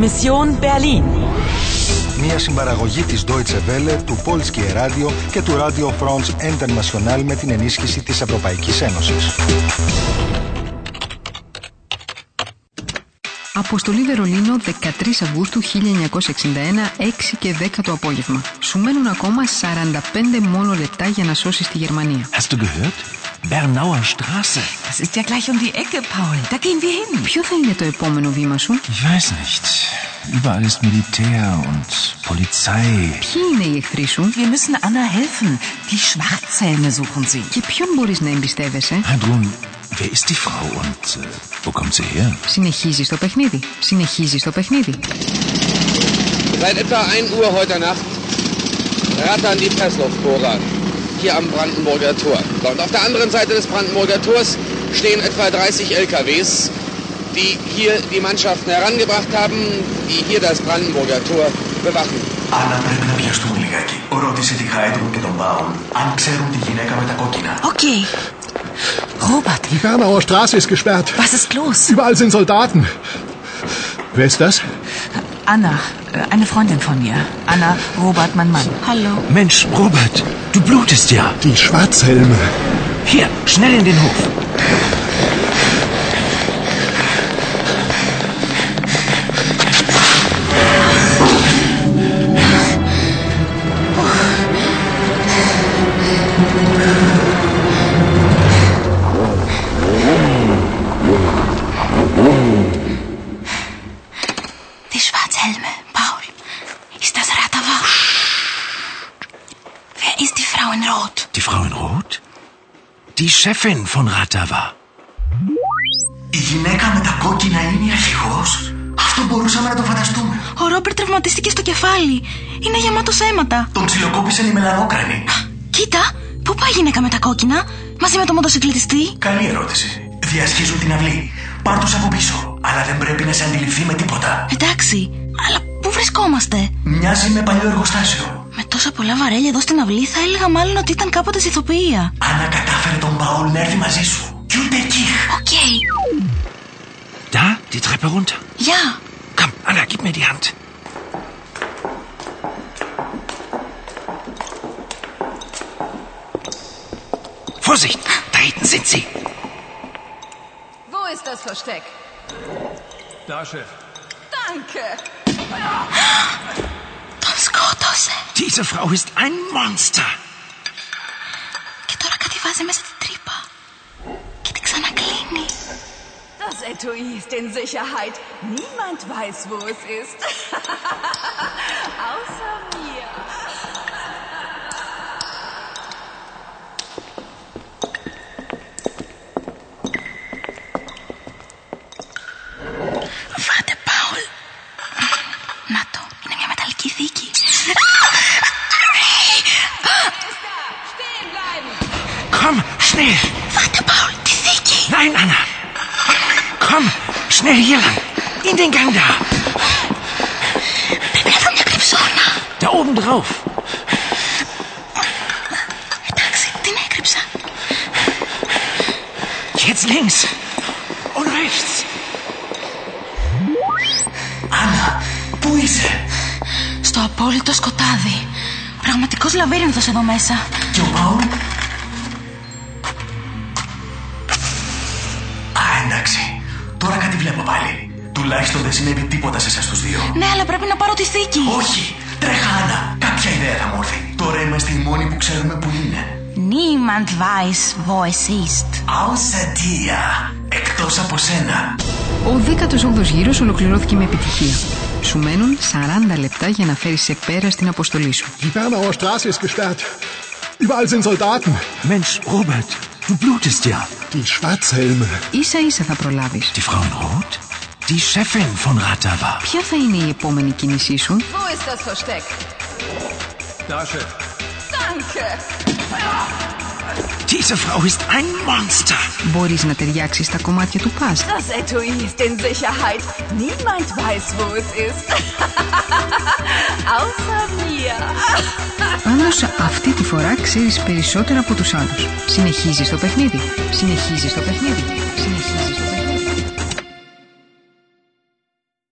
Mission Berlin. Μια συμπαραγωγή της Deutsche Welle, του Polskie Radio και του Radio France International με την ενίσχυση της Ευρωπαϊκής Ένωσης. Αποστολή Βερολίνο 13 Αυγούστου 1961, 6 και 10 το απόγευμα. Σου μένουν ακόμα 45 μόνο λεπτά για να σώσεις τη Γερμανία. Hast du gehört? Bernauer Straße. Das ist ja gleich um die Ecke, Paul. Da gehen wir hin. Ποιο θα είναι το επόμενο βήμα σου, Ich weiß nicht. Überall ist Militär und Polizei. ποιοι είναι οι εχθροί σου Wir müssen Anna helfen. Die Schwarzhelme suchen sie. και ποιον μπορεί να εμπιστεύεσαι. Heidrun, wer ist die Frau und äh, wo kommt sie her? Συνεχίζει το παιχνίδι. Συνεχίζει το παιχνίδι. Seit etwa 1 Uhr heute Nacht rattern die Presslauftore an, hier am Brandenburger Tor. So, Und auf der anderen Seite des Brandenburger Tors stehen etwa 30 LKWs, die hier die Mannschaften herangebracht haben, die hier das Brandenburger Tor bewachen. Αλλά πρέπει να πιαστούν λιγάκι. Ρώτησε τη Χάιντρου και τον Μπάουν αν ξέρουν τη γυναίκα με τα κόκκινα. Okay. Robert, Die Bernauer Straße ist gesperrt. was ist los? Überall sind Soldaten. Wer ist das? Anna, äh, eine Freundin von mir. Anna, Robert, mein Mann. Hallo. Mensch, Robert, du blutest ja. Die Schwarzhelme. Hier, schnell in den Hof. Die Schwarzhelme, Paul. Ist das Ratava? Wer ist die Frau in Rot? Die Frau in Rot? Die Chefin von Ratava. Η γυναίκα με τα κόκκινα είναι η αρχηγός. Αυτό μπορούσαμε να το φανταστούμε. Ο Ρόμπερτ τραυματίστηκε στο κεφάλι. Είναι γεμάτο αίματα. Τον ψιλοκόπησαν οι μελανόκρανοι. Κοίτα, πού πάει η γυναίκα με τα κόκκινα, μαζί με το μοτοσυκλετιστή. Καλή ερώτηση. Διασχίζουν την αυλή. Πάρ τους από πίσω. Αλλά δεν πρέπει να σε αντιληφθεί με τίποτα. Εντάξει, αλλά πού βρισκόμαστε. Μοιάζει με παλιό εργοστάσιο. Με τόσα πολλά βαρέλια εδώ στην αυλή, θα έλεγα μάλλον ότι ήταν κάποτε στη ηθοποιία. Άννα κατάφερε τον Μπάουλ να έρθει μαζί σου. Κι ούτε εκεί. Οκ, Da, die Treppe runter. γεια. Komm, Anna, gib mir die Hand. Vorsicht, da hinten sind sie. Wo ist das Versteck? Da, Chef. Danke. Τον σκότωσε. Diese Frau ist ein Monster. Και τώρα κάτι βάζει μέσα την τρύπα. Και την ξανακλίνει. Das Etui ist in Sicherheit. Niemand weiß, wo es ist. Außer mir. Βάτε, Πάουλ. Να το, είναι μια μεταλλική θήκη. Stehen bleiben. Komm, schnell. Βάτε, Πάουλ, τη θήκη. Nein, Anna. Komm, schnell hier lang. In den Gang da. Πρέπει να βρω μια κρυψώνα. Da oben drauf. Εντάξει, την έκρυψα. Jetzt links. Und rechts. Άννα, πού είσαι. Στο απόλυτο σκοτάδι. Πραγματικός λαβύρινθος εδώ μέσα. Και ο Μπάουλ. Α, εντάξει. Τώρα κάτι βλέπω πάλι. Τουλάχιστον δεν συνέβη τίποτα σε εσάς τους δύο. Ναι, αλλά πρέπει να πάρω τη θήκη. Όχι! Τρέχα, Άννα! Κάποια ιδέα θα μου έρθει. Τώρα είμαστε οι μόνοι που ξέρουμε που είναι. Niemand weiß, wo es ist. Αουσαντία! Εκτός από σένα. Ο 18ο γύρος ολοκληρώθηκε με επιτυχία. Σου μένουν 40 λεπτά για να φέρεις σε πέρα στην αποστολή σου. Die Bernauer Straße ist gesperrt. Überall sind Soldaten. Mensch, Robert, du blutest ja. Die Schwarzhelme. σα ίσα θα προλάβεις. Die Frau in Rot? Die Chefin von Ratava. Ποια θα είναι η επόμενη κίνησή σου, Wo ist das Versteck? Da, Chef. Danke. Diese Frau ist ein Monster. μπορείς να ταιριάξεις τα κομμάτια του παζ. Das Etui ist in Sicherheit. Niemand weiß, wo es ist. Außer mir. Πάντω αυτή τη φορά ξέρεις περισσότερα από τους άλλους. Συνεχίζεις το παιχνίδι. Συνεχίζεις το παιχνίδι. Συνεχίζεις το